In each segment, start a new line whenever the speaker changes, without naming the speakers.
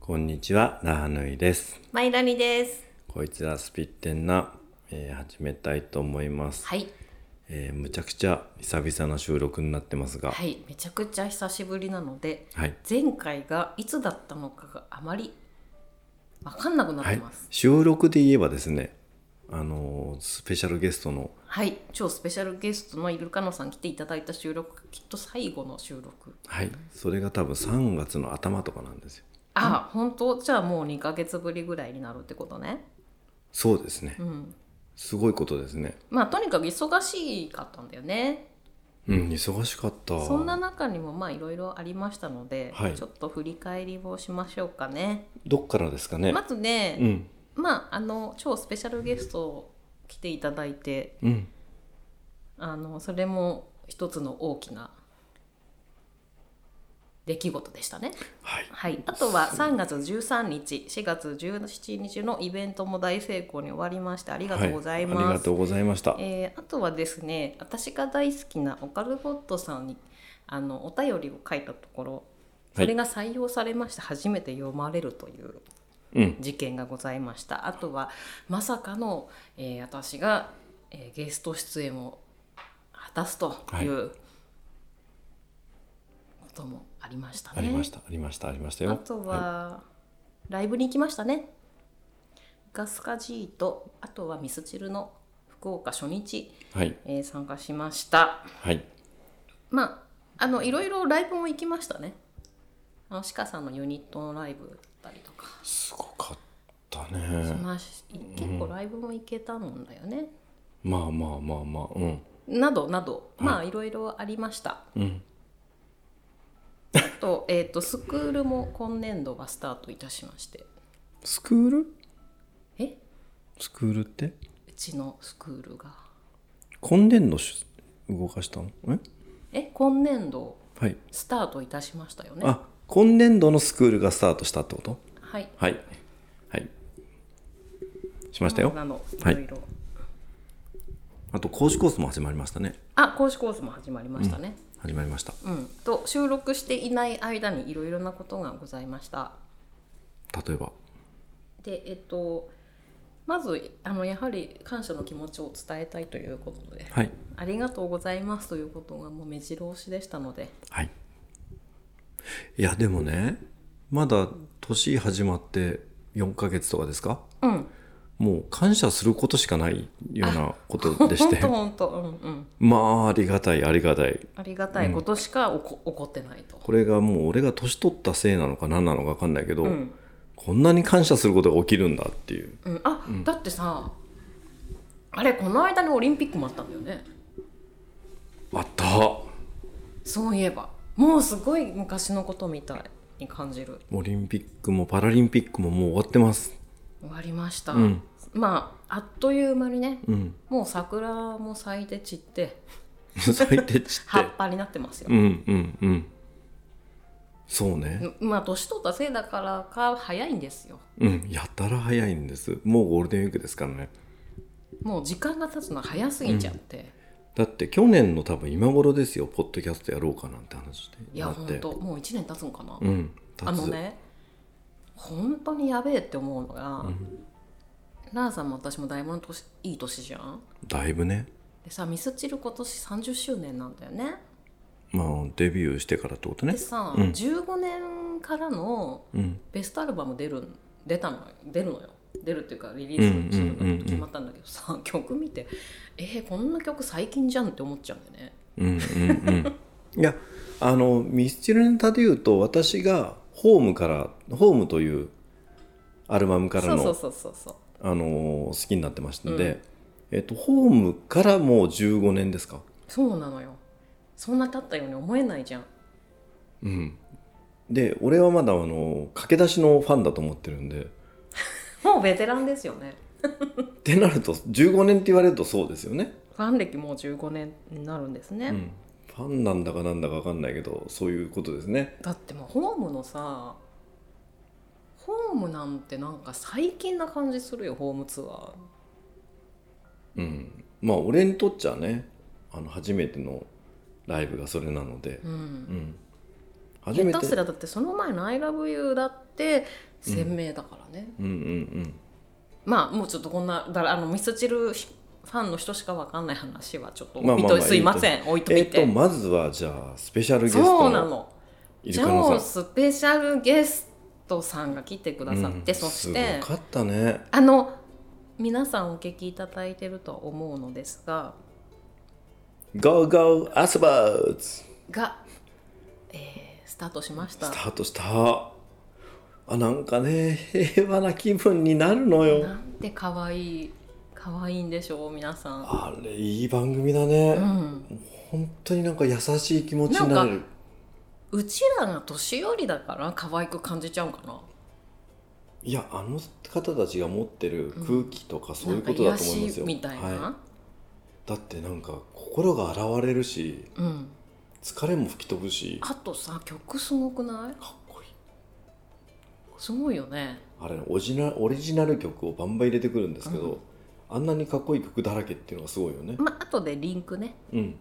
こんにちは、なはぬいです。
マイラニです。
こいつはスピッテンな、えー始めたいと思います、
はい。
えーむちゃくちゃ久々な収録になってますが、
は
はい、
い。めちゃくちゃ久しぶりなので、前回がいつだったのかがあまりわかんなくなっ
は
て
い
ます。
収録で言えばですね、あのースペシャルゲストの、
はい。超スペシャルゲストのイルカノさん来ていただいた収録、きっと最後の収録。
はい、それが多分3月の頭とかなんですよ。
あ、本当じゃあもう2ヶ月ぶりぐらいになるってことね。
そうですね、
うん。
すごいことですね。
まあとにかく忙しかったんだよね。
うん、忙しかった。
そんな中にもまあいろいろありましたので、
はい
ちょっと振り返りをしましょうかね。
どっからですかね。
まずね、
うん、
まああの超スペシャルゲスト来ていただいて
うん、
あのそれも一つの大きな出来事でしたね、
はい、
はい、あとは3月13日4月17日のイベントも大成功に終わりましてありがとうござい
はいあり
ま
が
す、
とうございました。
えーあとはですね私が大好きなオカルボットさんにあのお便りを書いたところそれが採用されまして初めて読まれるという
うん、
事件がございましたあとはまさかの、えー私が、えーゲスト出演を果たすという、こともありましたね
ありました、ありました、ありましたよ。
あとは、ライブに行きましたねガスカ G とあとはミスチルの福岡初日、
い、はい、
えー参加しました
はい、
まああのいろいろライブも行きましたねあの鹿さんのユニットのライブだったりとか
すごかったね。
まあ、し結構ライブも行けたんだよね、
まあまあまあまあ、うん、
などなどまあいろいろありました、
うん、
あと,、えー、とスクールも今年度がスタートいたしまして
スクール。
え
スクールって。
うちのスクールが
今年度し動かしたの。え。
え今年度
はい。
スタートいたしましたよね
あ、今年度のスクールがスタートしたってこと。
はい
はい。はい。しましたよ。
など
はいい
ろいろ、
あと講師コースも始まりましたね。
あ講師コースも始まりましたね、
始まりました。
うんと収録していない間にいろいろなことがございました
例えば。
でえっとまずあのやはり感謝の気持ちを伝えたいということで
はい。
ありがとうございますということがもう目白押しでしたので
はい。いや、でもね。まだ年始まって。4ヶ月とかですか。
うん
もう感謝することしかないようなことでして
ほんとほんとうんうん
まあありがたいありがたい
ありがたいことしか起こ起こってないと
これがもう俺が年取ったせいなのか何なのか分かんないけど、
うん、
こんなに感謝することが起きるんだっていう
うん、あ、だってさあれこの間にオリンピックもあったんだよね
あった
そういえばもうすごい昔のことみたいに感じる
オリンピックもパラリンピックももう終わってます
終わりました、
うん
まああっという間にね
うん
もう桜も咲いて散って
最低ちっ
葉ってぱになってますよ、
うんうんうんそうね
まあ年取ったせいだからか早いんですよ
うんやたら早いんですもうゴールデンウィークですからね
もう時間が経つのが早すぎちゃって、
だって去年の多分今頃ですよポッドキャストやろうかなんて話で
いや
なっ
ほ
て
んともう1年経つのかな、
うん立つ
あのね本当にやべえって思うのが、ラーさんも私もだいぶの年いい年じゃん
だいぶね
でさミスチル今年30周年なんだよね
まあデビューしてからってことね
でさ、
うん
15年からの
うん
ベストアルバム出るん出たの出るのよ出るっていうかリリースする
うんうんうんうん
のが決まったんだけどさ、曲見てえー、こんな曲最近じゃんって思っちゃうんだよね
うんうんうん いやあのミスチルネタで言うと私が「ホームから「ホームというアルバムから
そう
の
そうそうそうそう
あのー好きになってましたので、えっと、ホームからもう15年ですか、
そうなのよそんな経ったように思えないじゃん
うん、で俺はまだあの駆け出しのファンだと思ってるんで
もうベテランですよね
ってなると15年って言われるとそうですよね、
ファン歴もう15年になるんですね、
うん、ファンなんだかなんだか分かんないけどそういうことですね
だってもうホームのさホームなんてなんか最近な感じするよホームツアー
うんまあ俺にとっちゃねあの初めてのライブがそれなので、
うん
うん、初め
下
て
手すりゃだってその前の「ILOVEYOU」だって鮮明だからね、
うんうん
まあもうちょっとこんなだらあのミスチルファンの人しかわかんない話はちょっと
まあまあまあ
置いといてすいません置い
うん
と
え
い
っと
て、
まずはじゃあスペシャルゲス
そ
ト
うな
の
の
イル
じ
カ
ゃ
の
あ
さ
スペシャルゲストさんが来てくだ
ん
さって、そして
すごかったね
あの皆さんお聞きいただいてるとは思うのですが
Go Go アスバーズ
が、えースタートしました
スタートしたあなんかね平和な気分になるのよ
なんて可愛い可愛いんでしょう皆さん、
あれいい番組だ
う
ね、
ん、
本当になんか優しい気持ちにな
なん
る
うちらが年寄りだから可愛く感じちゃうかない
やあの方たちが持ってる空気とかそういうことだと思いますよ、
なんか癒しみたいな、
はだってなんか心が現れるし
うん
疲れも吹き飛ぶしか
あとさ曲すごくない
っこいい
すごいよね
あれオリジナルオリジナル曲をバンバン入れてくるんですけど、
うん
あんなにかっこいい曲だらけっていうのがすごいよね、
まあとでリンクね
うん、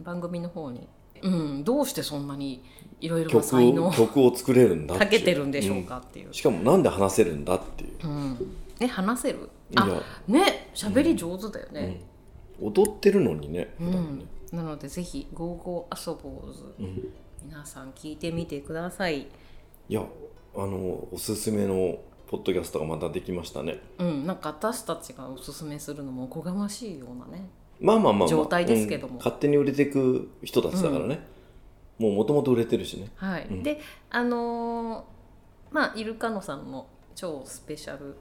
番組の方に、うん、どうしてそんなにいろいろな
曲
才能
を
を
曲を作れるんだ
かけてるんで
で
しょう
か
かっていう、
しかもなんで話せるんだっていう。
うん、ね話せる
いや
あ、ね喋り上手だよね、
うん、踊ってるのにね。
う
普
ん
段ね
なのでぜひ「ゴーゴー遊ぼうず
うん、い」
皆さん聞いてみてください
やあのおすすめのポッドキャストがまたできましたね。
うんなんか私たちがおすすめするのもおこがましいようなね
まあまあまあ、まあ、
状態ですけども
うん勝手に売れていく人たちだからね。もうもともと売れてるしね。
はい、
うん
であのーまあイルカノさんの超スペシャル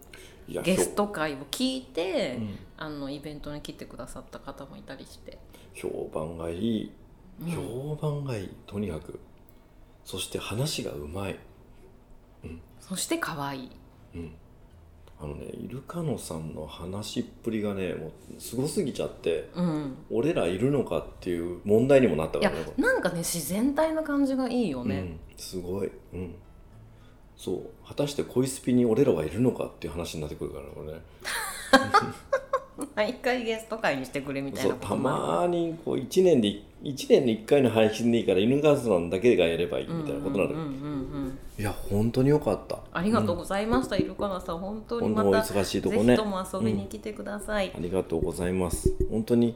いや
ゲスト会を聞いて、
評うん
あのイベントに来てくださった方もいたりして、
評判がいい、
うん
評判がいいとにかくそして話がうまい、
そして可愛い
うん、あのねイルカノさんの話っぷりがねもうすごすぎちゃって
うん
俺らいるのかっていう問題にもなった
い
か
や
らねこれ
なんかね自然体な感じがいいよ
う
ね、
ん、すごい、うん、そう果たして恋スピに俺らはいるのかっていう話になってくるからねこれね
毎回ゲスト会にしてくれみたい
そ
な
う
こ
た
ともあ
ま
る
にこう1年で1年に1回の配信でいいから犬ガスさんだけがやればいいみたいなことな
うんうん
の
うんうんうん
いや本当によかった
ありがとう
う
ございました、イルカナさん本当に
ん
ま
本当お
た、
忙しいと
ぜ
こ
ひ
ね
とも遊びに来てください、
ありがとうございます本当に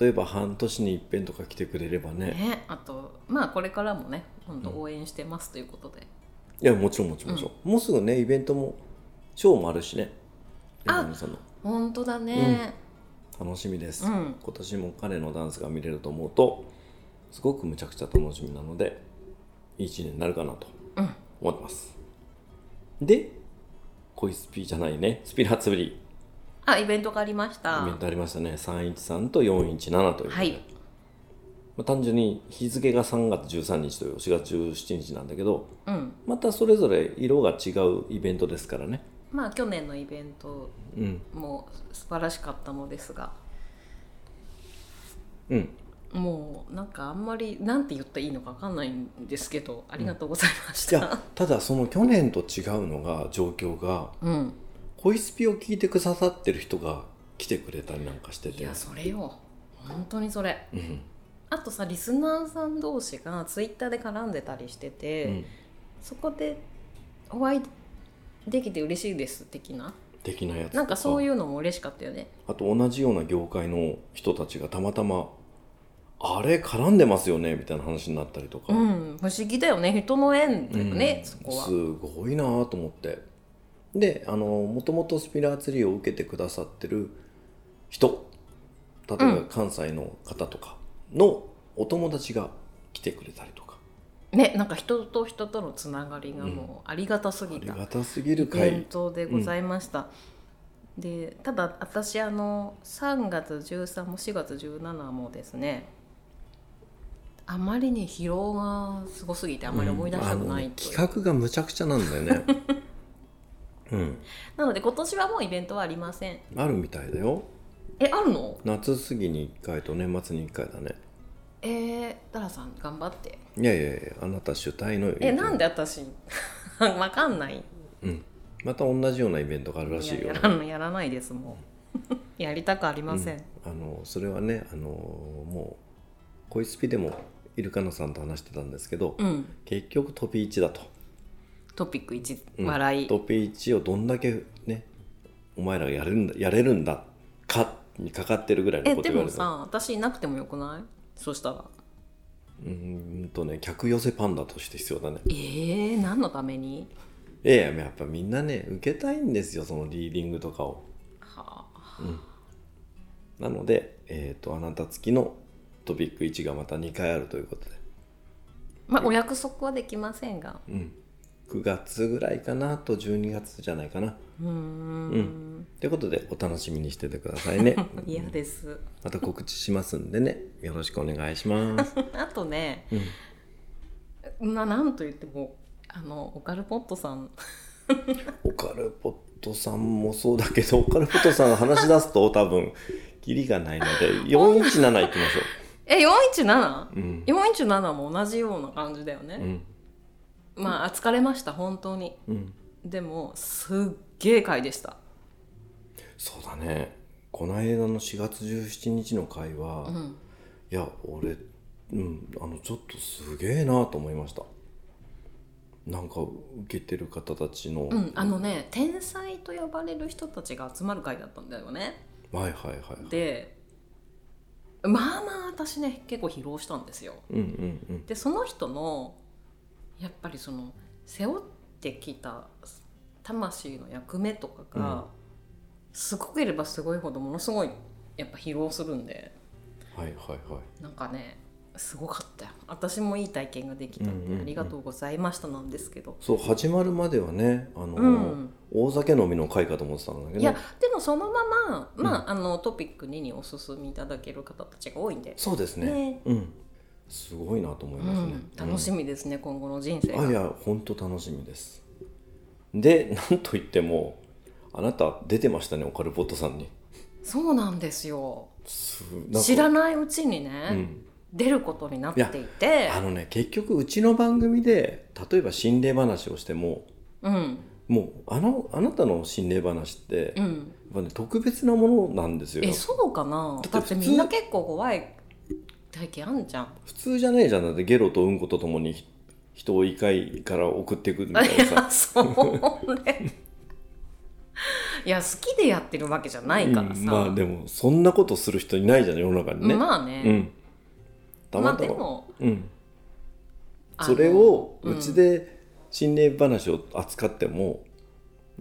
例えば半年に一遍とか来てくれればね
ね、あとまあこれからもね本当応援してますということで、
いやもちろんもちろんもちろん、もうすぐねイベントもショーもあるしね
あ
犬さんの
本当だね、
楽しみです、
うん
今年も彼のダンスが見れると思うとすごくむちゃくちゃ楽しみなのでいい一年になるかなと
うん
思ってます、で恋スピじゃないねスピラツブリイ
あイベントがありました
ベントありましたね313と417ということで、
はい
まあ、単純に日付が3月13日と4月17日なんだけど
うん
またそれぞれ色が違うイベントですからね
まあ去年のイベント
うん
も素晴らしかったのですが
うん
もうなんかあんまりなんて言ったらいいのかわかんないんですけどありがとうございまし
じゃあ
た、
ただその去年と違うのが状況が
うん、
恋スピを聞いてくださってる人が来てくれたりなんかして
い
て
やそれよ本当にそれ
うん
あとさリスナーさん同士がツイッターで絡んでたりしてて、
うん、
そこでお会いできて嬉しいです的な
的なやつ
なんかそういううのも嬉しかったよね
あと同じような業界の人たちがたまたま「あれ絡んでますよね」みたいな話になったりとか、
うん不思議だよね人の縁だよね、
うん
そこは
すごいなと思ってであのもともとスピラーツリーを受けてくださってる人例え
う
ば
ん
関西の方とかのお友達が来てくれたりとか、
ねなんか人と人とのつながりがもうありがたすぎ
あり
た
がたすぎる
伝
会
統でございました、でただ私あの3月13も4月17もですねあまりに疲労がすごすぎてあまり思い出したく
うんあの
な
ね
いという、
企画がむちゃくちゃなんだよね うん
なので今年はもうイベントはありません
あるみたいだよ
えあるの
夏過ぎに1回と年末に1回だね
えー、ダラさん頑張って
いやいやいやあなた主体のイベ
え
ント
なんで私 わかんない
うん、また同じようなイベントがあるらしい
い
よ
ややらんやらないですもうやりたくありません、
うんあのそれはねあのもう恋スピでもイルカナさんと話してたんですけど、
うん、
結局トピ1だと、
トピック1、
うん
笑い
トピ1をどんだけねお前らがやれるんだやれるんだかにかかってるぐらいの
え
こと
で
言わ
も
れた
さ私いなくてもよくないそしたら
うーんとね客寄せパンダとして必要だね
えー、何のために
いやいややっぱみんなね受けたいんですよそのリーディングとかを
はあ
なので、えー、とあなた付きのトピック1がまた2回あるということで、
まあお約束はできませんが
うん、9月ぐらいかなと12月じゃないかな
うーん
ということでお楽しみにしててくださいね
嫌です
また告知しますんでねよろしくお願いします、
あとね、まあなんと言ってもあのオカルポットさん
オカルポットさんもそうだけどオカルポットさん話し出すと多分キリがないので417いきましょ
え 417?417
う、うん
も同じような感じだよ
う
ね、
ん
まあ疲れました本当に
うん、
でもすっげえ回でした
そうだねこの間の4月17日の会は、
うん
いや俺うんあのちょっとすげえなと思いましたなんか受けてる方たちの、
うん、あのね天才と呼ばれる人たちが集まる会だったんだよね
はいはいはい
でまあまあ私ね結構疲労したんですよ
うんうん
でその人のやっぱりその背負ってきた魂の役目とかが、
うん
すごければすごいほどものすごいやっぱ疲労するんで
うんはいはいはい
なんかねすごかったよ私もいい体験ができたんで、
うんうんうん
ありがとうございましたなんですけど、
そう始まるまではねあの、
うん
大酒飲みの会かと思ってたんだけど
いやでもそのまま、まああのトピック2にお勧めいただける方たちが多いんで、
そうですね
ね
うんすごいなと思いうますね、
ん、楽しみですね、今後の人生
うんあい
が
や本当楽しみですでなんといってもあなた出てましたねオカルポットさんに
そうなんですよ
すなんか
知らないうちにね、
うん
出ることになっていて
あのね結局うちの番組で例えば心霊話をしても
うん
もうあのあなたの心霊話って、
う
やっ
ん
ぱね、特別なものなんですよ
えそうかな
だ
だ
っ
って
普通
てみんな結構怖い体験あんじゃん
普通じゃねえじゃんだってゲロとうんことともにひ人を異界から送っていくみたい
い
なさ
やそうねいや好きでやってるわけじゃ ないからさ、
うんまあでもそんなことする人いないじゃん世の中にね、
まあ
う
ね、
んた
ま
ま
あ
た
で
ま、
も
うん、
あの
それを
う
うんちで心霊話を扱っても、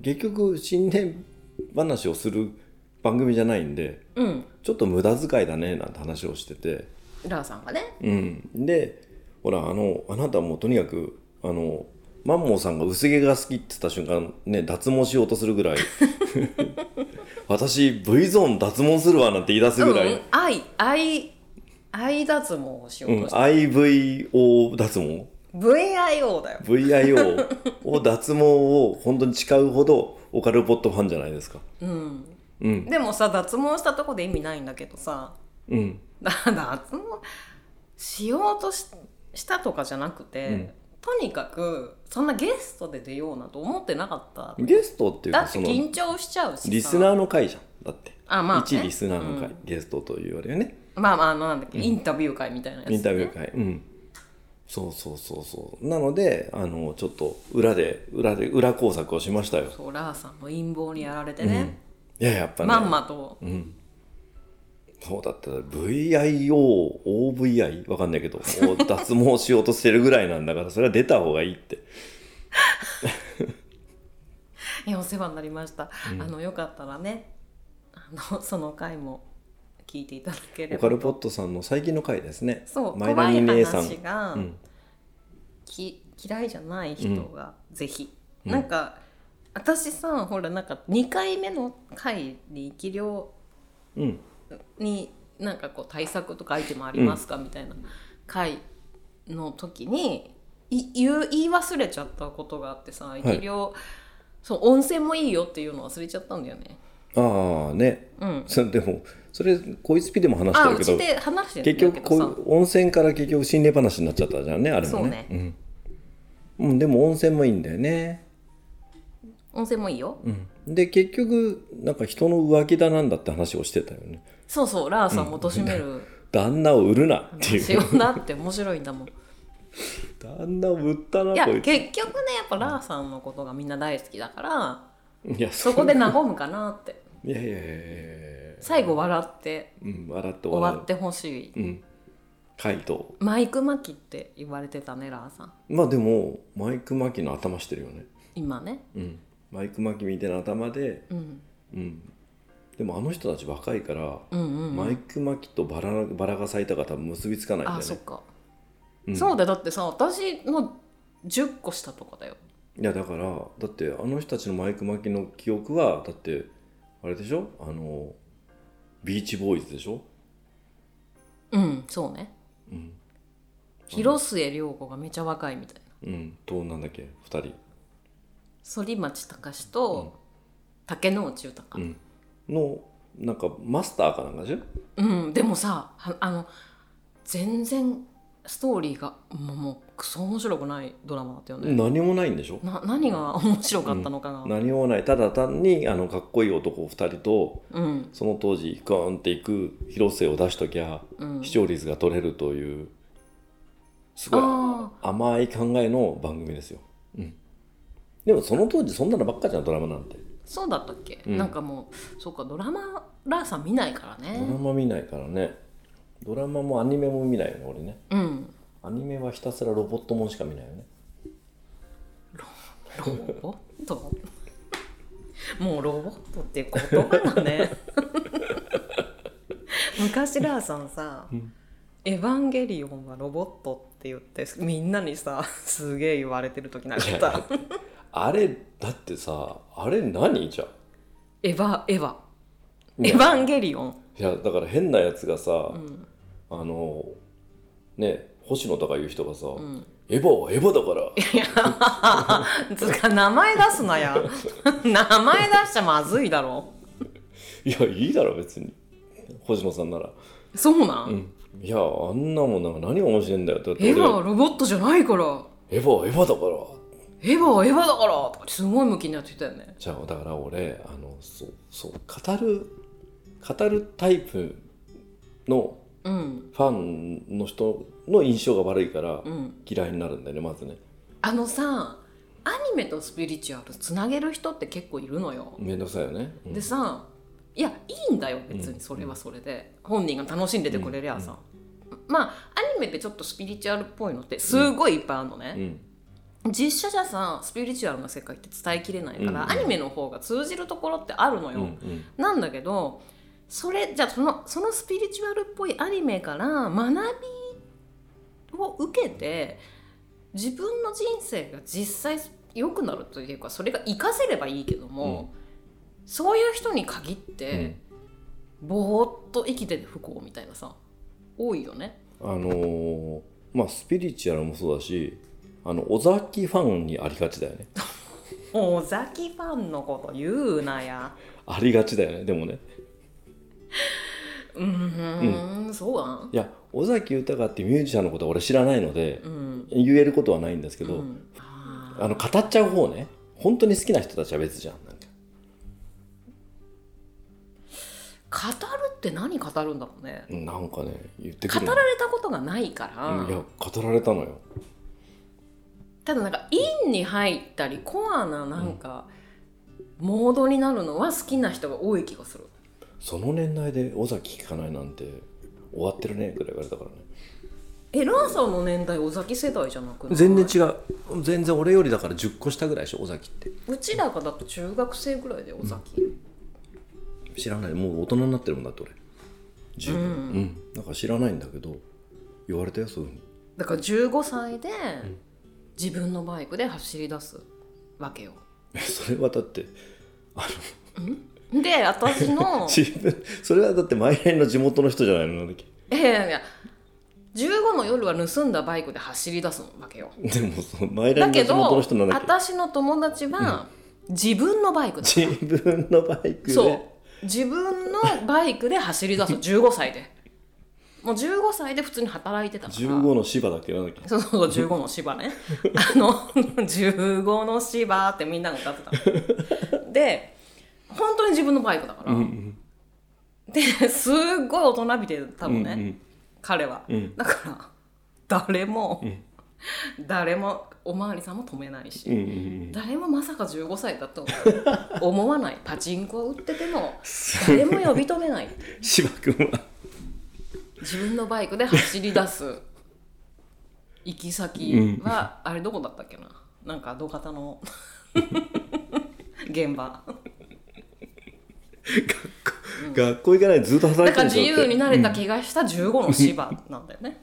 結局心霊話をする番組じゃないんで
うん
ちょっと無駄遣いだねなんて話をしてて、
ラーさんがね
うん、でほらあのあなたもうとにかくあのマンモーさんが薄毛が好きって言った瞬間ね脱毛しようとするぐ らい私 V ゾーン脱毛するわなんて言い出すぐらい、
うん愛愛愛脱毛をしよう
うん
として、
IVO 脱毛
VIO だよ
VIO を脱毛を本当に誓うほどオカルポットファンじゃないですか。
うん
うん
でもさ脱毛したとこで意味ないんだけどさ
うん
だ脱毛しようとししたとかじゃなくて、
うん
とにかくそんなゲストで出ようなんて思ってなかった
ゲストっていう
だ
か
って
その
緊張しちゃうしさ
リスナーの会じゃんだって、
あまあね
一リスナーの会、
うん
ゲストと言われるね
まあまああのなんだっけ、インタビュー会みたいなやつ、ね、
インタビュー会、うんそうそうそうそうなのであのちょっと裏で裏で裏工作をしましたよ、
そうラーさんも陰謀にやられて
うん、い
ね、
ややっぱね
まんまと
うんそうだった VIOOVI わかんないけどを脱毛しようとしてるぐらいなんだからそれは出た方がいいって
いやお世話になりました、あのよかったらねあのその回も聞いていただけれ
オカル
ば
ポットさんの最近の回ですね
そう
マイ
怖
ナニ
い
姉さん
話が、
うん
き嫌いじゃない人がぜひ、なんか私さほらなんか2回目の回に生き量
うん
になんかこう対策とかアイテムありますか、みたいな回の時にい言う言い忘れちゃったことがあってさ生き量、そう温泉もいいよっていうの忘れちゃったんだよね。
ああね
うん、
それでもそれこいつピでも話し
あ
て
う
る
ち
けど
で話して
結
るんだ
局
けど
こ
さ
う温泉から結局心霊話になっちゃったじゃんねあれもね
そう
うん、うんでも温泉もいいんだよね、
温泉もいいよ、
うん、で結局なんか人の浮気だなんだって話をしてたよね
そうそうラーさんも貶める、
旦那を売るなって
し
いう
ようなって面白いんだもん
旦那を売ったない
や
こい
結
つ
局ねやっぱラーさんのことがみんな大好きだから
いや
そこで和むかな って
いやいやいやいやいや
最後笑って
うん笑って
終
終わ
わ
る
ってほしい
うん回答
マイク巻きって言われてたねラーさん
まあでもマイク・マキの頭してるよね
今ね
うんマイク・マキみたいな頭で
うん
うんでもあの人たち若いから、
うんうん
マイク・マキとバラバラが咲いたか多分結びつかないんだよ
あ
ね
そっか、
うん
そうだよだってさ私の10個下とかだよ
いやだからだってあの人たちのマイク・マキの記憶はだってあれでしょあのビーチボーイズでしょ、
うんそうね
うん
広末涼子がめちゃ若いみたい
う
な
ん、となんだっけ2人、
反町隆史と、竹野内豊
う、ん、のなんかマスターかなんかでしょ
うん、でもさはあの全然ストーリーがもうもうクソ面白くないドラマだったよね、
何もないんでしょ
な何が面白かったのかが、うん
何もないただ単にあのかっこいい男2人とその当時グーンっていく広末を出しときゃ
うん
視聴率が取れるというすごい
あ
甘い考えの番組ですよ、うん、でもその当時そんなのばっかじゃんドラマなんて
ーそうだったっけ、
うん
なんかもうそうかドラマラーさん見ないから
ドラ
ね
マ見ないからねドラマもアニメも見ないよね俺ね
うん
アニメはひたすらロボットもんしか見ないよね
ロボットもうロボットっていう言葉 だね昔ラーさんさ「
うん
エヴァンゲリオンはロボット」って言ってみんなにさすげえ言われてる時なかった
あれだってさあれ何じゃ
「エヴァエヴァ
い
エ
や
ヴァンゲリオン
いやだから変なやつがさ」、
うん
あのね星野とかいう人がさ、
うん
エヴァはエヴァだから
いや つうか名前出すなや 名前出しちゃまずいだろ
いやいいだろ別に星野さんなら、
そうなん、
うん、いやあんなもんなんか何が面白いんだよだって
エヴ
俺
ァ
は
はロボットじゃないから
エヴァはエヴァだから
エヴァはエヴァだからとかすごい向きになってたよね
じゃあだから俺あのそうそう語る語るタイプの
うん
ファンの人の印象が悪いから
うん、
嫌いになるんだよねまずね
あのさアニメとスピリチュアルつなげる人って結構いるのよ。
面倒くさいよね、うん
でさいやいいんだよ別にそれはそれで、本人が楽しんでてくれりゃさ、まあアニメってちょっとスピリチュアルっぽいのってすごいいっぱいあるの
う
ね、
ん
実写じゃさスピリチュアルな世界って伝えきれないから、
うん
アニメの方が通じるところってあるの
う
よ、
んうん
なんだけどそれじゃあそのそのスピリチュアルっぽいアニメから学びを受けて自分の人生が実際良くなるというかそれが活かせればいいけども、そういう人に限って、ぼーっと生きてて不幸みたいなさ多いよね。
あのーまあスピリチュアルもそうだしあの尾崎ファンにありがちだよね
尾崎ファンのこと言うなや。
ありがちだよねでもね
うーん、そうだない
や尾崎豊ってミュージシャンのことは俺知らないので
う、ん。
言えることはないんですけ
う
ど、
ん、あ
あの語っちゃう方ね本当に好きな人たちは別じゃんなんか
ー語るって何語るんだろうね。
なんかね言ってく
語
る
ら
の
れたことがないから、
うんいや語られたのよ
ただなんかインに入ったりコアななんか、モードになるのは好きな人が多い気がする
その年代で尾崎聞かないなんて終わってるねぐらい言われたからね
えラーさんの年代尾崎世代じゃなくない
全然違う全然俺よりだから10個下ぐらいでしょ尾崎って
うちらがだって中学生ぐらいで尾崎、
知らないもう大人になってるもんだって俺十分うん、だから知らないんだけど言われたよそういうふうに
だから15歳で、自分のバイクで走り出すわけよ
それはだって
で私 の
自分それはだって毎年の地元の人じゃないのなんだっけ
いやいやいや15の夜は盗んだバイクで走り出すわけよ
でもそう毎年
だ
の
け
地元
ど
の人なんだっけ
私の友達は、自分のバイクで
自分のバイクで
そう自分のバイクで走り出す 15歳でもう15歳で普通に働いてたから
15の芝だっけなんだっけ
そうそうそう15の 芝ねあの15の芝ってみんなが歌ってたので本当に自分のバイクだから、ですっごい大人びてたのね、
うん
彼は、
うん
だから誰も、
うん
誰もおまわりさんも止めないし、
うんうんうん
誰もまさか15歳だと思わないパチンコを売ってても誰も呼び止めない
芝君は
自分のバイクで走り出 す行き先は、あれどこだったっけななんか土方の 現場
学校行かないでずっと働
だ
い
か
て
ら
るん
自
でしょだ
由
って
になれた気がした15の芝なんだよね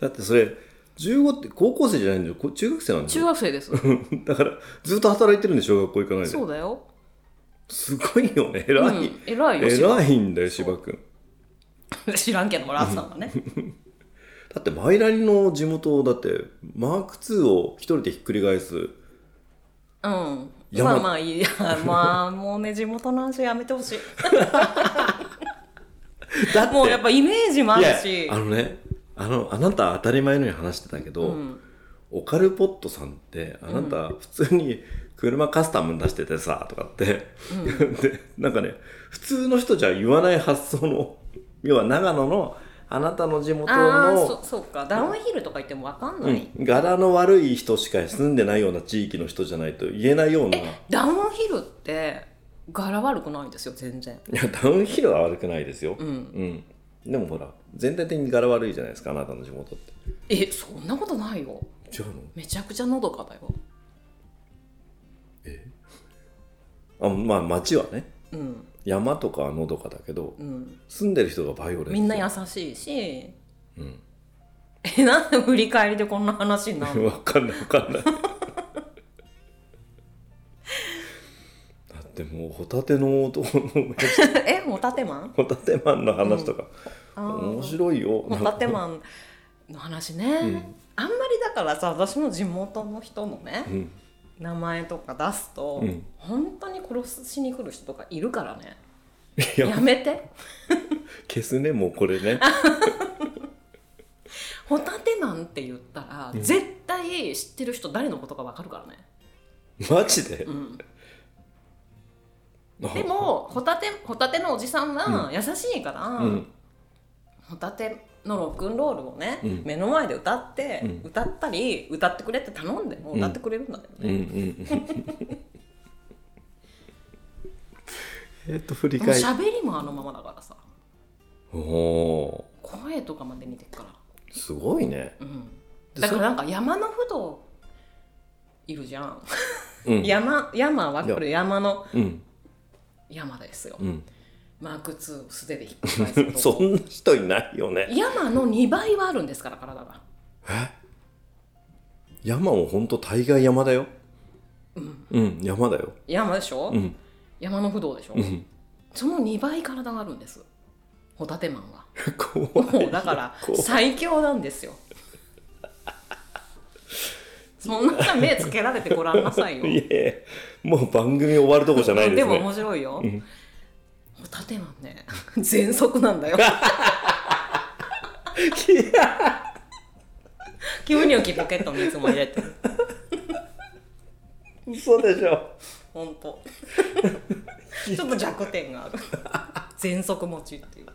だってそれ15って高校生じゃないんだよこ 中学生なんだ
中
よ
学生です
だからずっと働いてるんでしょ学校行かないで
そうだよ、
すごいよね
う
偉い
ん、偉いよ芝
偉いんだよ芝君
知らんけどもラーさんはね
だってマイラニの地元だってマーク2を一人でひっくり返す
うん
山
まあまあいいやまあもうね地元の話やめてほしい
だって
もうやっぱイメージもあ
い
る
や
し
あのねあのあなた当たり前のように話してたけど、
うん
オカルポットさんってあなた普通に車カスタム出しててさとかって、 でなんかね普通の人じゃ言わない発想の要は長野のあなたの地元
ああ
の
そ、そうかダウンヒルとか言っても分かんない、
うん柄の悪い人しか住んでないような地域の人じゃないと言えないようない
ダウンヒルって柄悪くないんですよ全然
やダウンヒルは悪くないですよ、
うん
うんでもほら全体的に柄悪いじゃないですかあなたの地元って
えそんなことないよ
違うの
めちゃくちゃのどかだよ
あまあ町はね
うん
山とかはのどかだけど
うん
住んでる人がバイオレンス
みんな優しいし
うん
えなんで振り返りでこんな話になる の
わかんないわかんないだってもうホタテの男の
えホタテマン
ホタテマンの話とか、
あー
面白いよ
ホタテマンの話ね、あんまりだからさ私も地元の人のね、
うん
名前とか出すと、
うん
本当に殺しに来る人とかいるからね
い
や
や
めて
消すねもうこれ ね
ホタテマンって言ったら、絶対知ってる人誰のことかわかるからね、
マジで、
うん、
あ
でもホタテホタテのおじさんは優しいから、
うん
ホタテのロックンロールをね、
うん
目の前で歌って、
うん
歌ったり歌ってくれって頼んでも
うん
歌ってくれるんだけど、
うんうんう んえっと振り
でも
返り
喋りもあのままだからさ
おお
声とかまで似てるから
ーすごいね、
うん
で
だから
そ
なんか山の不動いるじゃん、
うん
山山はこれ山の
うん
山ですよ、
うん
マーク2を素手でひっくり返すと
そんな人いないよね
山の2倍はあるんですから体が
山もほんと大概山だようん、山だよ
山でしょ、
うん
山の不動でしょ、
うん
その2倍体があるんですホタテマン は
怖い
もうだから
怖い
最強なんですよそんな目つけられてごらんなさいよ
いえもう番組終わるとこじゃないです
も
ね
面白いよ、
うん
ホタテマンね喘息な んだよ急に置きポケットにいつも入れてる
嘘でしょ
ほんとちょっと弱点がある喘息持ちっていう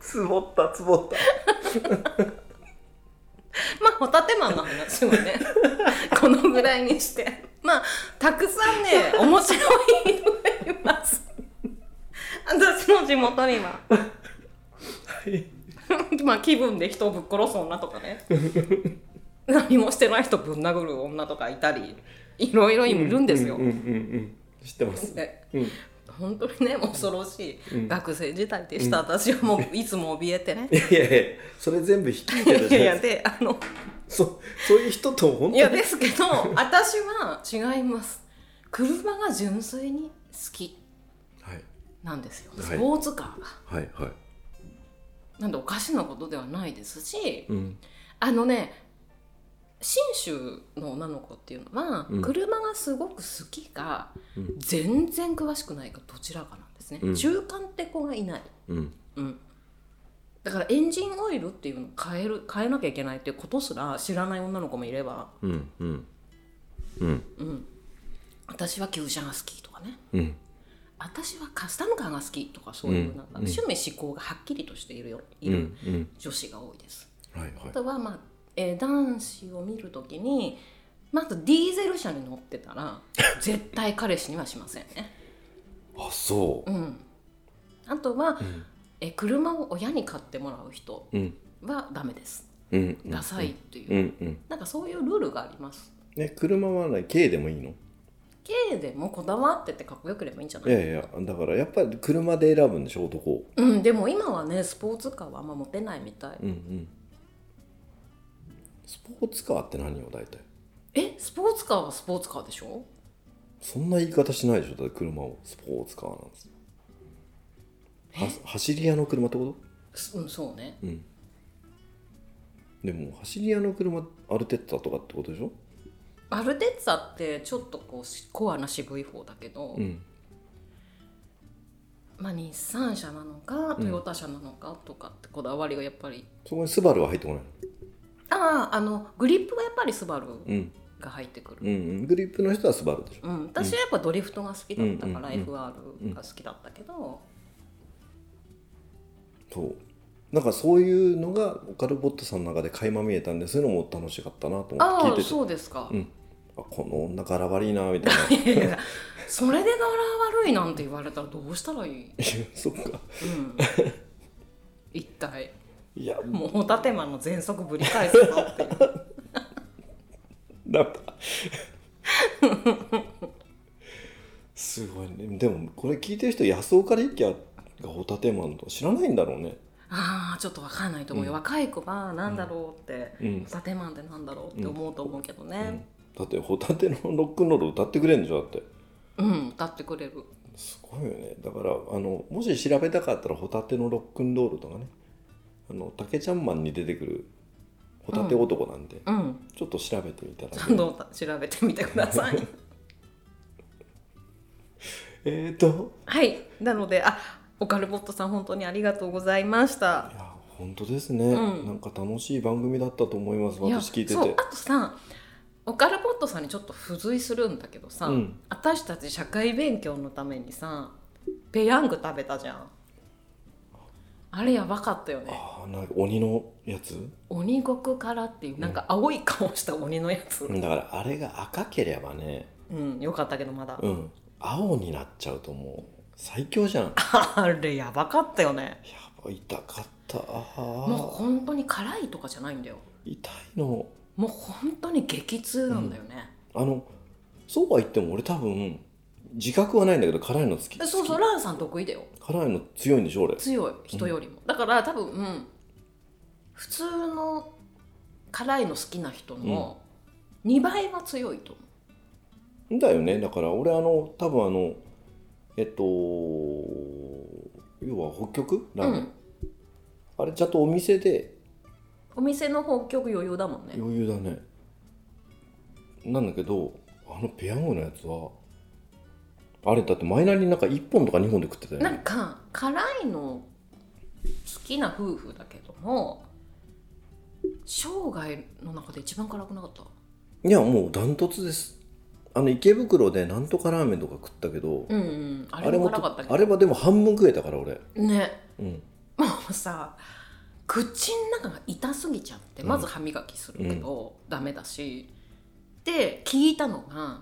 つぼったつぼった
まあホタテマンの話もね このぐらいにしてまあたくさんね面白い人がいます私の地元には まあ気分で人をぶっ殺す女とかね何もしてない人ぶん殴る女とかいたりいろいろいるんですよ、
うんうんうん知ってます
で
うん
本当にね恐ろしい学生時代でした、私はもういつも怯えてね
いやいやいやそれ全部引き受
い
けたじ
や
ゃ
い
ない
や
ですか
であの
そそういう人と本
いや
当に
ですけど私は違います車が純粋に好き
はい
なんですよ
はい
スポーツカーが、
はいはい
なんでおかしなことではないですし
うん
あのね信州の女の子っていうのは、
うん
車がすごく好きか、
うん
全然詳しくないかどちらかなんですね、
うん
中間って子がいない、
うん
うん、だからエンジンオイルっていうのを変える変えなきゃいけないっていうことすら知らない女の子もいれば、
うんうんうん
うん、私は旧車が好きとかね
うん
私はカスタムカーが好きとかそういうなんか、
うんうん
趣味思考がはっきりとしているよい
うん
る
うん
女子が多いです。
はいはい
あとは、まあえー男子を見るときにまずディーゼル車に乗ってた ら絶対彼氏にはしませんね。
あそう
うん、あとは、
ん
えー車を親に買ってもらう人
うん
はダメです。
うんうん
ダサいっていう、
うんうん
なんかそういうルールがあります。
ね車はね軽でもいいの
K でもこだわっててかっこよくればいいんじゃない
いやいやだからやっぱり車で選ぶんでしょ男を
うん、でも今はねスポーツカーはあんま持てないみたい
うんうんスポーツカーって何よ大体
えスポーツカーはスポーツカーでしょ
そんな言い方しないでしょだって車をスポーツカーなんですよは走り屋の車ってこと
すうんそうね
うんでも走り屋の車アルテッタとかってことでしょ
アルテッツァってちょっとこうしコアな渋い方だけど、
うん
まあ日産車なのかトヨタ車なのかとかってこだわりがやっぱり、
そこにスバルは入ってこないの
あああのグリップはやっぱりスバル
うん
が入ってくる、
うんうんグリップの人はスバルでしょ
うん私はやっぱドリフトが好きだったから、
うんうん
FR が好きだったけど、
そうなんかそういうのがオカルボットさんの中で垣間見えたんでそういうのも楽しかったなと思って聞
あ
い
あ
てて
そうですか、
うんあこの女柄悪いなみたい な
いやいやそれで柄悪いなんて言われたらどうしたらいい
そっか
うん、一体
いや
もうホタテマンの全速ぶり返すぞっていう
なんか すごいねでもこれ聞いてる人安岡力也がホタテマンと知らないんだろうね
ああちょっと分かんないと思うよ、
うん
若い子はなんだろうって、
うん
ホタテマンってなんだろうって思うと思うけどね
だってホタテのロックンロール歌ってくれるんでしょだって
うん、歌ってくれる
すごいよねだからあのもし調べたかったらホタテのロックンロールとかねあの竹ちゃんマンに出てくるホタテ男なんで、
うん
ちょっと調べてみたら、
ちゃんと調べてみてください
えっ、ー、と
はいなのであオカルボットさん本当にありがとうございました
いや本当ですね、
うん
なんか楽しい番組だったと思います
いや
私聞いてて
そうあとさオカルボットさんにちょっと付随するんだけどさ、
うん
私たち社会勉強のためにさペヤング食べたじゃんあれやばかったよね
ああなんか鬼のやつ
鬼獄からっていうなんか青い顔した鬼のやつ
だからあれが赤ければね
うんよかったけどまだ、
うん青になっちゃうともう最強じゃんや
あれやばかったよね
ばい痛かった
もう
あー
本当に辛いとかじゃないんだよ
痛いの
もう本当に激痛なんだよね、
あのそうは言っても俺多分自覚はないんだけど辛いの好き
でそうそう
好
ランさん得意だよ
き辛いの強いんでしょ俺
強い人よりも、だから多分、うん、普通の辛いの好きな人の2倍は強いと思
だよねだから俺あの多分あのえっと要は北極ラ
う、
ー
う
メン、
ん、
あれちゃんとお店で
お店の北極余裕だもんね
余裕だねなんだけどあのペヤングのやつはあれだってマイナリになんか1本とか2本で食ってたよ
な
ね
んか辛いの好きな夫婦だけども生涯の中で一番辛くなかった
いやもうダントツですあの池袋でなんとかラーメンとか食ったけど、
うん、うん、あれも辛かった
あ
け
れはでも半分食えたから俺
どね
うん
もうさ口の中が痛すぎちゃって
うん
まず歯磨きするけど、ダメだしで聞いたのが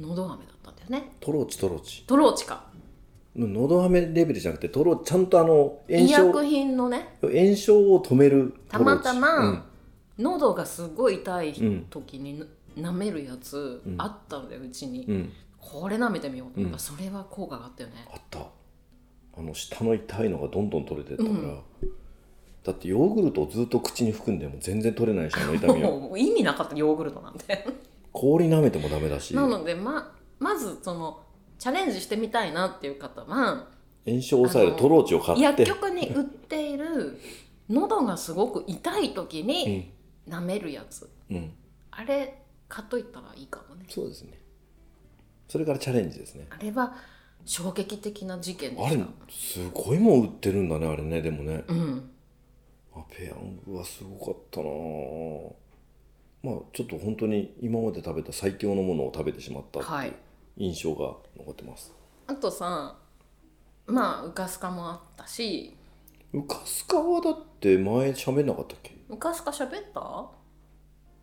のど飴だったんだよね
トロチトロチ
トローチか
のど飴レベルじゃなくてトロちゃんとあの炎
医
症
薬品のね
炎症を止める
た
トロ
ま
チ
たま、喉がすごい痛い
うん
時に舐めるやつ
うん
あったんだようちに、
うん、うん、
これ舐めてみようと思ったら
うん
それは効果があったよね
あったあの下の痛いのがどんどん取れてったから、
うん
だってヨーグルトをずっと口に含んでも全然取れないし あの痛み
も
は
うもう意味なかったヨーグルトなんて
氷舐めてもダメだし
な
炎
のでままずそのチャレンジしてみたいなっていう方は
症を抑えるトローチを買っ
薬
て
局に売っている喉がすごく痛い時
う
に
ん
舐めるやつ
うん
あれ買っといたらいいかもね
そうですねそれからチャレンジですね
あれは衝撃的な事件で
あ
し
れ
た
すごいもん売ってるんだねあれねでもね
うん
あペヤングはすごかったなぁまあちょっと本当に今まで食べた最強のものを食べてしまったって
はいいう
印象が残ってます、
あとさまあウカスカもあったし
浮かすかはだって前喋んなかったっけ
ウカスカ喋ったも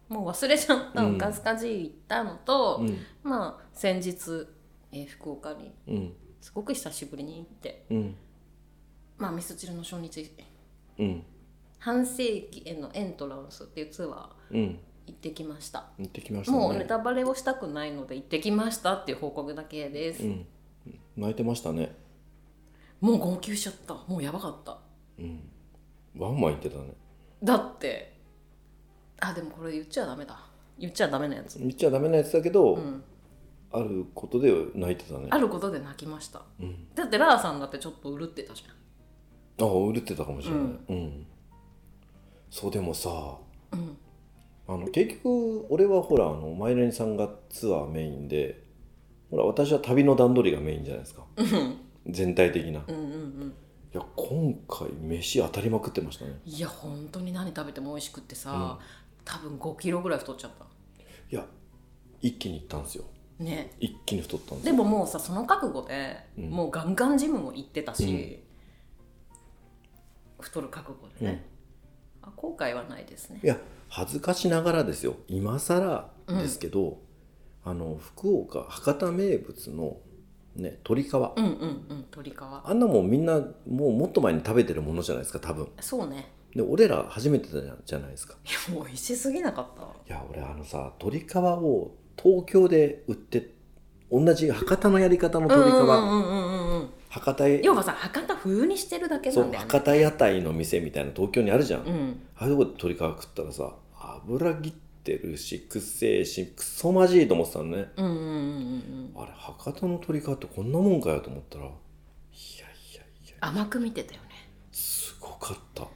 う忘れちゃった、
うん
ウカスカじい行ったのと
う、ん
まあ先日、えー福岡に
うん
すごく久しぶりに行って
うん
まあミスチルの初日
うん
半世紀へのエントランスっていうツアー
うん
行ってきました
行ってきましたね
もうネタバレをしたくないので行ってきましたっていう報告だけです、
うん泣いてましたね
もう号泣しちゃったもうやばかった
うんワンマン言ってたね
だってあでもこれ言っちゃダメだ言っちゃダメなやつ
言っちゃダメなやつだけど、
うん
あることで泣いてたね
あることで泣きました
うん、
だってラーさんだってちょっとうるってたじ
あ売れてたかもしれないうん、そうでもさ
ゃんうん
あの結局俺はほらあのマイレニさんがツアーメインでほら私は旅の段取りがメインじゃないですか
うん
全体的な、い
うんうん
や今回飯当たりまくってましたね
いや本当に何食べても美味しくって
うん
さ、多分5キロぐらい太っちゃった
いや一気に行ったんですよ
ね
一気に太ったんです
で
よ
ももうさその覚悟で、
うん
もうガンガンジムも行ってたし、太る覚悟でね、あ後悔はないですね
いや恥ずかしながらですよ今更ですけど、あの福岡博多名物のね鶏皮、
うんうんうん鶏皮
あんなもんみんなもうもっと前に食べてるものじゃないですか多分
そうね
で俺ら初めてじゃないですか
いやもう美味しすぎなかった
いや俺あのさ鶏皮を東京で売って同じ博多のやり方の鶏皮、
うんうんうんうんうんうん
博多へ
要はさ博多風にしてるだけ
そ
な
うん
だよね
博多屋台の店みたいな東京にあるじゃん、あ
うん
あいうとこで鶏皮食ったらさ油切ってるしくせえしくそまじいと思ってたのね
うんうんうんうん
あれ博多の鶏皮ってこんなもんかよと思ったらいやいやいや
甘く見てたよね
すごかった
やっ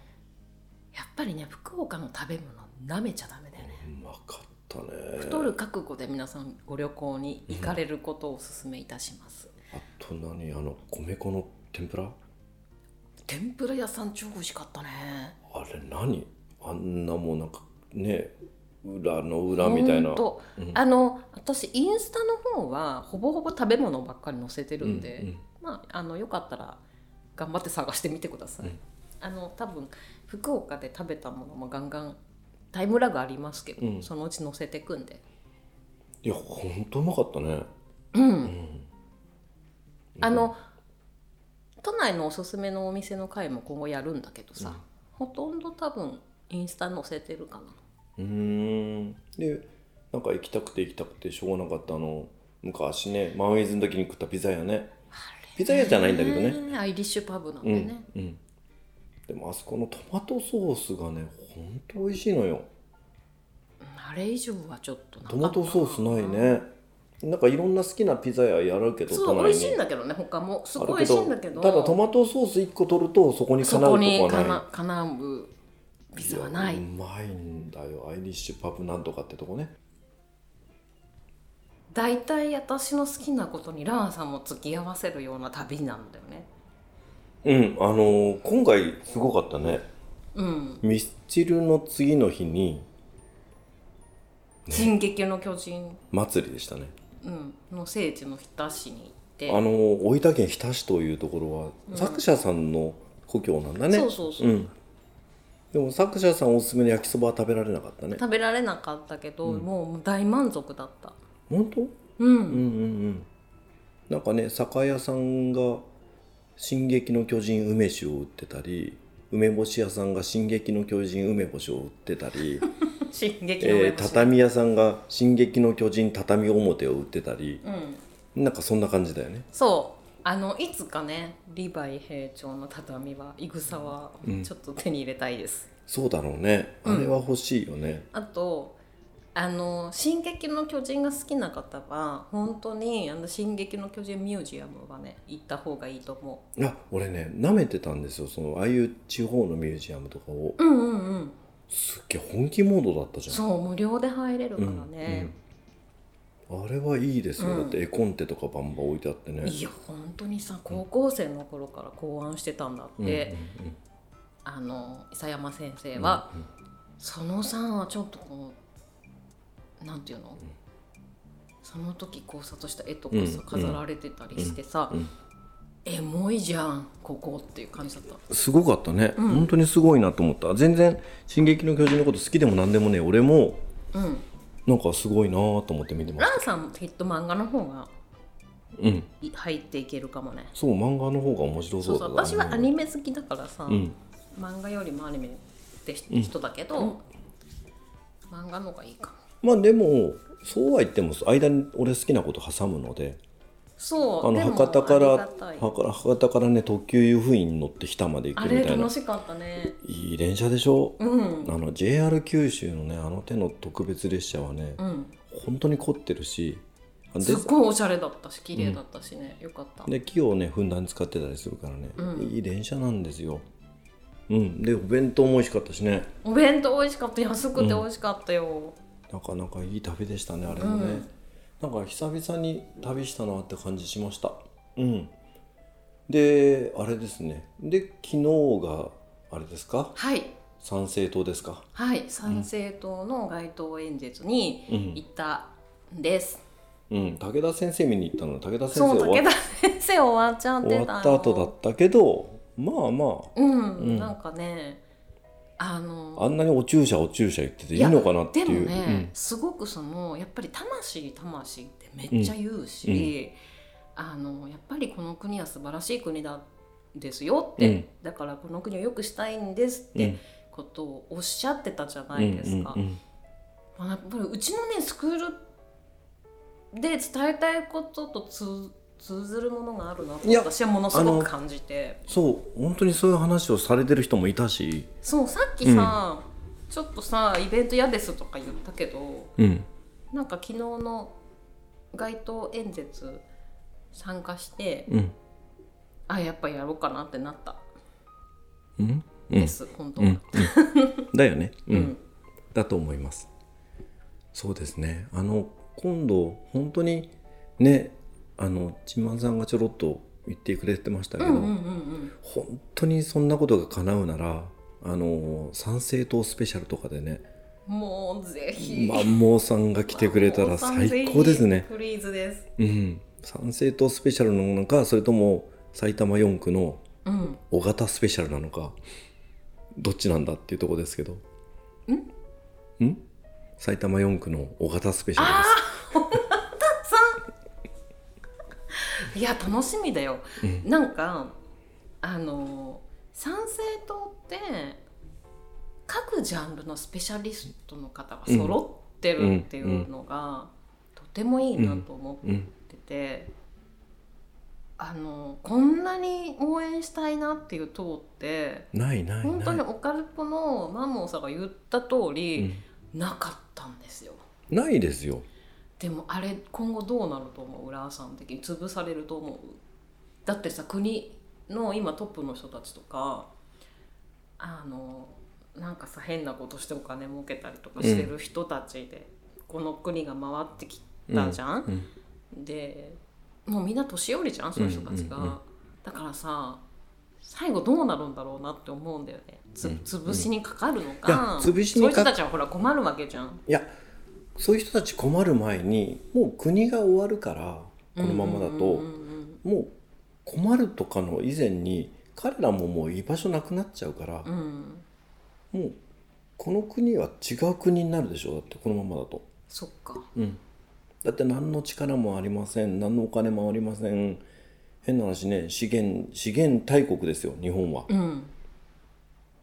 ぱりね福岡の食べ物舐めちゃダメだよね
うまかったね
太る覚悟で皆さんご旅行に行かれることをお勧めいたします、
あと何あの米粉の天ぷら
天ぷら屋さん超美味しかったね
あれ何あんなもうなんかね裏の裏みたいな、
ほんと
うん
あの私インスタの方はほぼほぼ食べ物ばっかり載せてるんで、
うんうん
まああのよかったら頑張って探してみてください、
うん
あの多分福岡で食べたものもガンガンタイムラグありますけど、
うん
そのうち載せてくんで
いやほんとうまかったね
うん、
うん
あの都内のおすすめのお店の回も今後やるんだけどさ、ほとんど多分インスタ載せてるかな
うーんでなんか行きたくて行きたくてしょうがなかったあの昔ねマンウェイズの時に食ったピザ屋ねピザ屋じゃないんだけどね
ねアイリッシュパブなん
う
で
ん、
ね、
うん、でもあそこのトマトソースがねほんと美味しいのよ
あれ以上はちょっとなか
ト
ったな
マトソースないねなんかいろんな好きなピザ屋やるけど
そう
都
美
内
味
に
しいんだけどね他もすごい美味しいんだけど
ただトマトソース1個取るとそこにか
そ
なうと
こ
こ
にか
はない
なかなうピザはない
やう
い
まいんだよアイリッシュパブなんとかってとこね
大体私の好きなことにランさんも付き合わせるような旅なんだよね
うんあのー今回すごかったね
うん
ミスチルの次の日に
「進撃の巨人
祭りでしたね」
うんの聖地の日田市に行っ
あ
て
のー大分県日田市というところは、
うん
作者さんの故郷なんだね
そうそうそう、
ん、でも作者さんおすすめの焼きそばは食べられなかったね
食べられなかったけど、
うん
もう大満足 だった
本当
うん、
うんうんうんなんかね酒屋さんが「進撃の巨人梅酒」を売ってたり梅干し屋さんが「進撃の巨人梅干し」を売ってたり、
進撃の
え
上
ー畳屋さんが「進撃の巨人畳表」を売ってたり
うん
なんかそんな感じだよね
そうあのいつかねリヴァイ兵長の畳はいぐさは
うん
ちょっと手に入れたいです、
そうだろうね
うん
あれは欲しいよね
あとあの「進撃の巨人」が好きな方は本当にあの「進撃の巨人ミュージアム」はね行った方がいいと思
あ俺ね舐めてたんですよそのああいう地方のミュージアムとかを
ううんうんうん
すっげえ本気モードだったじゃん
そう無料で入れるからね、
うんうんあれはいいですよ、
うん
だって絵コンテとかバンバン置いてあってね
いや本当にさ高校生の頃から考案してたんだって、
うんうんうん
あの伊佐山先生は、
うんうん
そのさちょっとこうなんていうの、その時考察した絵とかさ
うん
飾られてたりしてさ、
うんうん
エモいじゃんここっていう感じだった
すごかったね、
ん
本当にすごいなと思った全然「進撃の巨人」のこと好きでも何でもね俺も
うん
なんかすごいなと思って見てまし
ランさんもきっと漫画の方が
たうん
い入っていけるかもね
そう漫画の方が面白
そ
そうう
そう
だな
私はアニメ好きだからさ、
うん
漫画よりもアニメって
うん
人だけど、漫画の方がいいかも
まあでもそうは言っても間に俺好きなこと挟むので
そう
あの
でも
博多か
ありが
ら
たい
博多博多からね特急湯布院に乗って日田まで行
あ
くみ
れ
たいな
楽しかったね
いい電車でしょ、
うん
あの JR 九州のねあの手の特別列車はね、
うん
本当に凝ってるしです
っごいおしゃれだったし綺麗だったしね、よかった
で木をねふんだんに使ってたりするからね、
うん
いい電車なんですようんでお弁当も美味しかったしね
お弁当美味しかった安くて美味しかったよ、
なかなかいい旅でしたねあれもね、なんか久々に旅したなって感じしましたうんであれですねで昨日があれですか
はい
参政党ですか
はい参政党の街頭演説に
うん
行、ったんです、
うん、武田先生見に行ったの武田先生
そう
終わ
武田先生終わっちゃってた
終
の
わった後だったけどまあま
うん、
うん
なんかねあの
ああんなにお注射お注射言ってていいのかなってい
で
う
もね、すごくそのやっぱり魂魂ってめっちゃ言うし、あのやっぱりこの国は素晴らしい国なんですよって、
うん
だからこの国を良くしたいんですっ
うんう
て
ん
ことをおっしゃってたじゃないですか。
うんうんうん
まあやっぱりうちのねスクールで伝えたいことと通通ずるものがあるなと
いや
私はものす
あ
ご
の
く感じて
そう本当にそういう話をされてる人もいたし、
そうさっきさ、ちょっとさイベント嫌ですとか言ったけど
うん、
なんか昨日の街頭演説参加して
うん
あやっぱやろうかなってなった
うんう
で
ん
す、本当、
うん だよね、う
うん
ん、だと思いますそうですねあの今度本当にねあのちまんさんがちょろっと言ってくれてましたけ
うん
ど、
うんうんうん
本当にそんなことが叶うならあの参政党スペシャルとかでね
もうぜひ、
マンモーさんが来てくれたら最高ですね
フリーズです
うん参政党スペシャルなのかそれとも埼玉4区の
うん
尾形スペシャルなのかどっちなんだっていうところですけどんん埼玉4区の尾形スペシャル
いや楽しみだよ、
う
なんかあの参政党って各ジャンルのスペシャリストの方が揃ってるっていうのが、とてもいいなと思
ですうん
ってて、あのこんなに応援したいなっていう党って
ないないない
本当にオカルポのマンモーさんが言った通
う
り、
ん
なかったんですよ。
ないですよ
でもあれ今後どうなると思う浦和さん的に潰されると思うだってさ国の今トップの人たちとかあのなんかさ変なことしてお金儲けたりとかしてる人たちで、この国が回ってきたじゃん、
うん
でもうみんな年寄りじゃんその人たちが、
うんうんうん
だからさ最後どうなるんだろうなって思うんだよねつ
うん
潰しにかかるの
い
か,、
や潰し
そうい
に
う
か
人たちはほら困るわけじゃん
いやそういう人たち困る前にもう国が終わるからこのままだと、
うんうんうんうん
もう困るとかの以前に彼らももう居場所なくなっちゃうから、
うん
もうこの国は違う国になるでしょだってこのままだと。
そっか
うん、だって何の力もありません何のお金もありません変な話ね資源資源大国ですよ日本は、
うん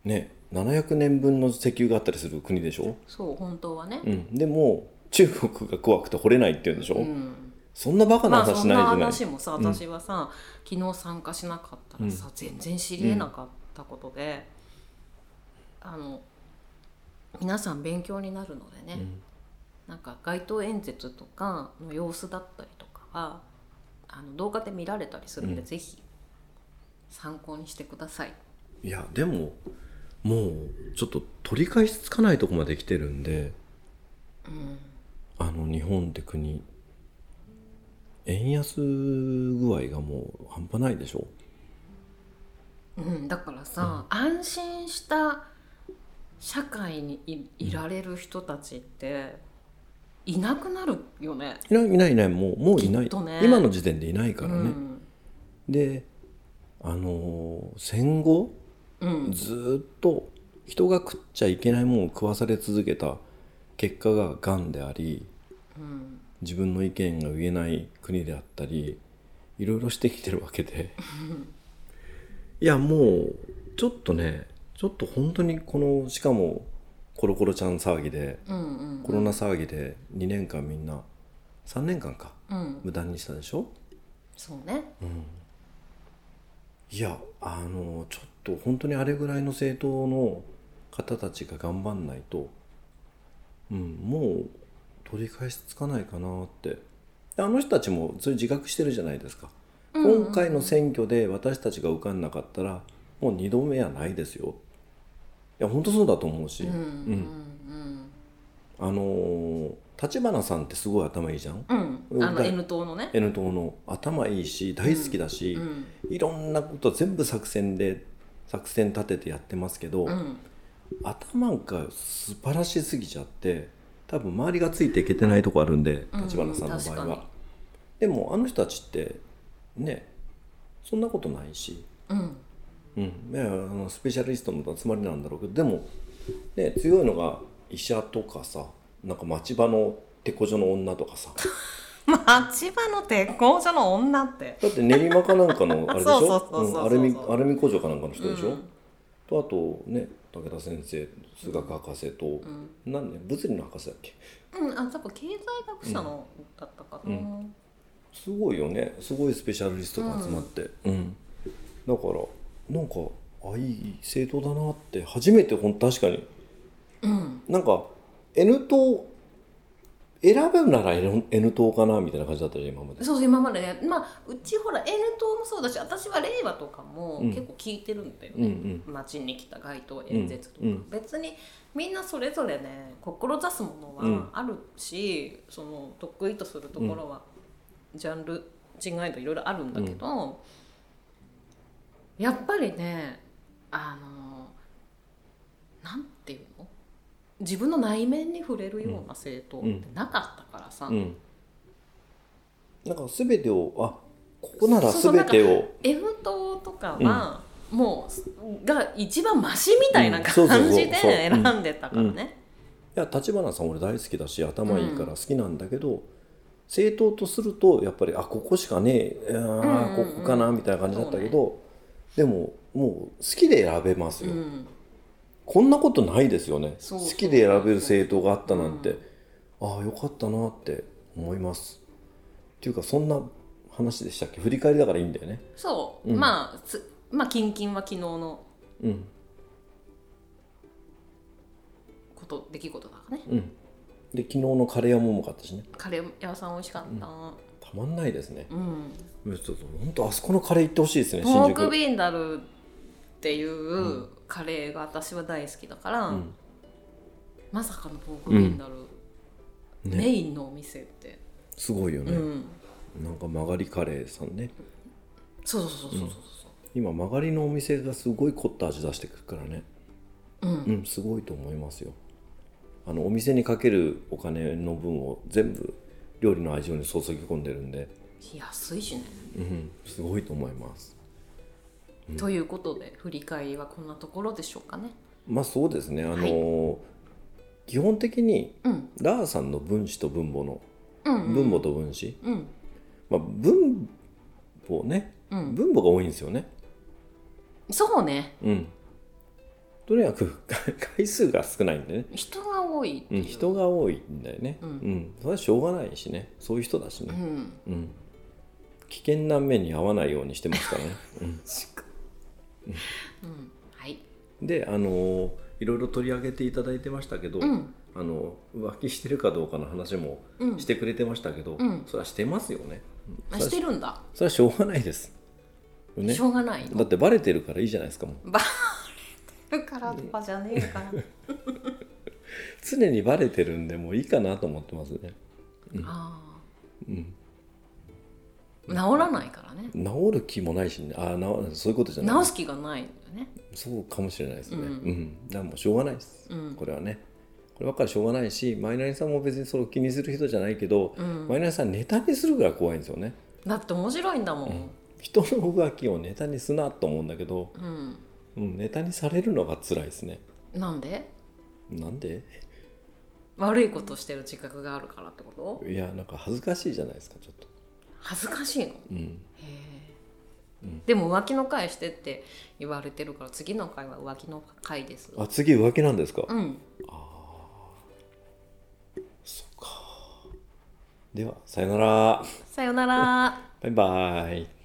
ね700年分の石油があったりする国でしょ、
そう本当はね
うん、でも中国が怖くて掘れないって言うんでしょ、
うん
そんなバカな
まあそ
話
ん
ない
な
じゃない、
話もさ私はさ、昨日参加しなかったらさ、全然知りえなかったことで、あの皆さん勉強になるのでね、なんか街頭演説とかの様子だったりとかはあの動画で見られたりするんで、
うん
ぜひ参考にしてください。
いやでももうちょっと取り返しつかないとこまで来てるんで
うん、
あの日本って国円安具合がもう半端ないでしょ
うん、だからさ、安心した社会にいいられる人たちって、いなくなるよね
いないいないいないもうもういな
きっ
い、
とね
今の時点でいないからね、
うん
であのー戦後
うん
ずーっと人が食っちゃいけないものを食わされ続けた結果ががんであり
うん
自分の意見が言えない国であったりいろいろしてきてるわけでいやもうちょっとねちょっと本当にこのしかもコロコロちゃん騒ぎで
うんうん
コロナ騒ぎで2年間みんな3年間か
うん
無駄にしたでしょ
そうね
いやあのちょっと本当にあれぐらいの政党の方たちが頑張んないと、うん、もう取り返しつかないかなってであの人たちもそういう自覚してるじゃないですか、
うんうんうん
今回の選挙で私たちが受かんなかったらもう2度目はないですよいや本当そうだと思うし、
うんうん
あの立花さんってすごい頭いいじゃん
うんうんあの N 党のね
N 党の頭いいし大好きだし、
うん
いろんなこと全部作戦で作戦立ててやってますけど、
うん
頭が素晴らしすぎちゃって多分周りがついていけてないとこあるんで
うん
立花さんの場合
確か
は、
に
でもあの人たちってねそんなことないし、
うん
うん、ねあのスペシャリストの集まりなんだろうけどでも、ね、強いのが医者とかさなんか町場の手こ所の女とかさ
町場の鉄工所の女って
だって練馬かなんかのあれでし
そう
ょ
そう
う
そうそうそうん
アルミアルミ工場かなんかの人でしょ、
うん
とあとね武田先生数学博士と、なんで物理の博士だっけ
うんあ多分経済学者のだったかな
うすごいよねすごいスペシャリストが集まって、うんだからなんかあいい政党だなって初めてほん確かに
うん
なんか N 党選ぶなら N, N 党かなみたいな感じだったよね今まで。
そうそう今までねまあうちほら N 党もそうだし私は令和とかも
うん
結構聞いてるんだよ
うんう
ね、
ん
街に来た街頭演説と
う
か、
んうん
別にみんなそれぞれね志すもの
うん
はあるし、その得意とするところは、ジャンル違いといろいろあるんだけど、やっぱりねあのなんていうの自分の内面に触れるような政党ってなかったからさ、
うんなんか全てをあここなら全てを
M 党とかは、もうが一番マシみたいな
うんそうそうそう
感じで
そううん
選んでたからね。
いや立花さん俺大好きだし頭いいから好きなんだけど、政党とするとやっぱりあここしかねえあー、
うんうんうん
ここかなみたいな感じだったけど、でももう好きで選べます
う
よ、
ん
こんなことないですよね
そうそう
好きで選べる政党があったなんて、
うん
ああよかったなって思いますっていうかそんな話でしたっけ振り返りだからいいんだよね
そう、
うん
まあつまあキンキンは昨日の
うん
こと出来事だからね
うんで昨日のカレー屋もうまかったしね
カレー屋さん美味しかった、
たまんないですね
うん
ちょっと本当あそこのカレー行ってほしいですね
ポ
新
ー
宿
クビンダルっていうんカレーが私は大好きだから、
うん
まさかのポークビンダル、
ね
メインのお店って、
すごいよね、
うん、
なんか曲がりカレーさんね
そうそうそうそうそう
今曲がりのお店がすごい凝った味出してくるからね
そう、うん
うんすごいと思いますよあのお店にかけるお金の分を全部料理の味に注ぎ込んでるんで
安いしね、
うんすごいと思います
ということで振り返りはこんなところでしょうかね
まあそうですねあのー基本的に
うん
ラーさんの分子と分母の
うんうん
分母と分子、
うん
まあ、分母ね、
うん
分母が多いんですよね
そうね
うんとにかく 回数が少ないんでね
人が多いっ
う
て
ん、
いう、
人が多いんだよね、
う
うんんそれはしょうがないしねそういう人だし
う
ね、
ん
うん危険な目に遭わないようにしてます からね、
うんはい
うん、であのーいろいろ取り上げていただいてましたけど、
うん
あの浮気してるかどうかの話も
うん
してくれてましたけど、
うん
それはしてますよね、
あ
そ
し
れ
て
は
るんだ、
それはしょうがないです、ね
し、ょうがないの
だってバレてるからいいじゃないですかもう
バレてるからとかじゃねえから、
常にバレてるんでもういいかなと思ってますね
あ
うん
あ治らないからね
治る気もないし、ね、ああそういうことじゃない
治す気がないんだよね
そうかもしれないですね。
う
うんん、だからもうしょうがないです。
うん
これはね。こればっかりしょうがないしマイナリさんも別にそれを気にする人じゃないけど、
うん
マイナリさんネタにするから怖いんですよね
だって面白いんだもん、
人の浮気をネタにすなと思うんだけど、
うん
うん、ネタにされるのが辛いですね
なんで
なんで
悪いことしてる自覚があるからってこと
いやなんか恥ずかしいじゃないですかちょっと、
恥ずかしいのへ
うん、
えでも浮気の回してって言われてるから次の回は浮気の回です
あ次浮気なんですか、
うん
そっかではさよなら
さよなら
バイバイ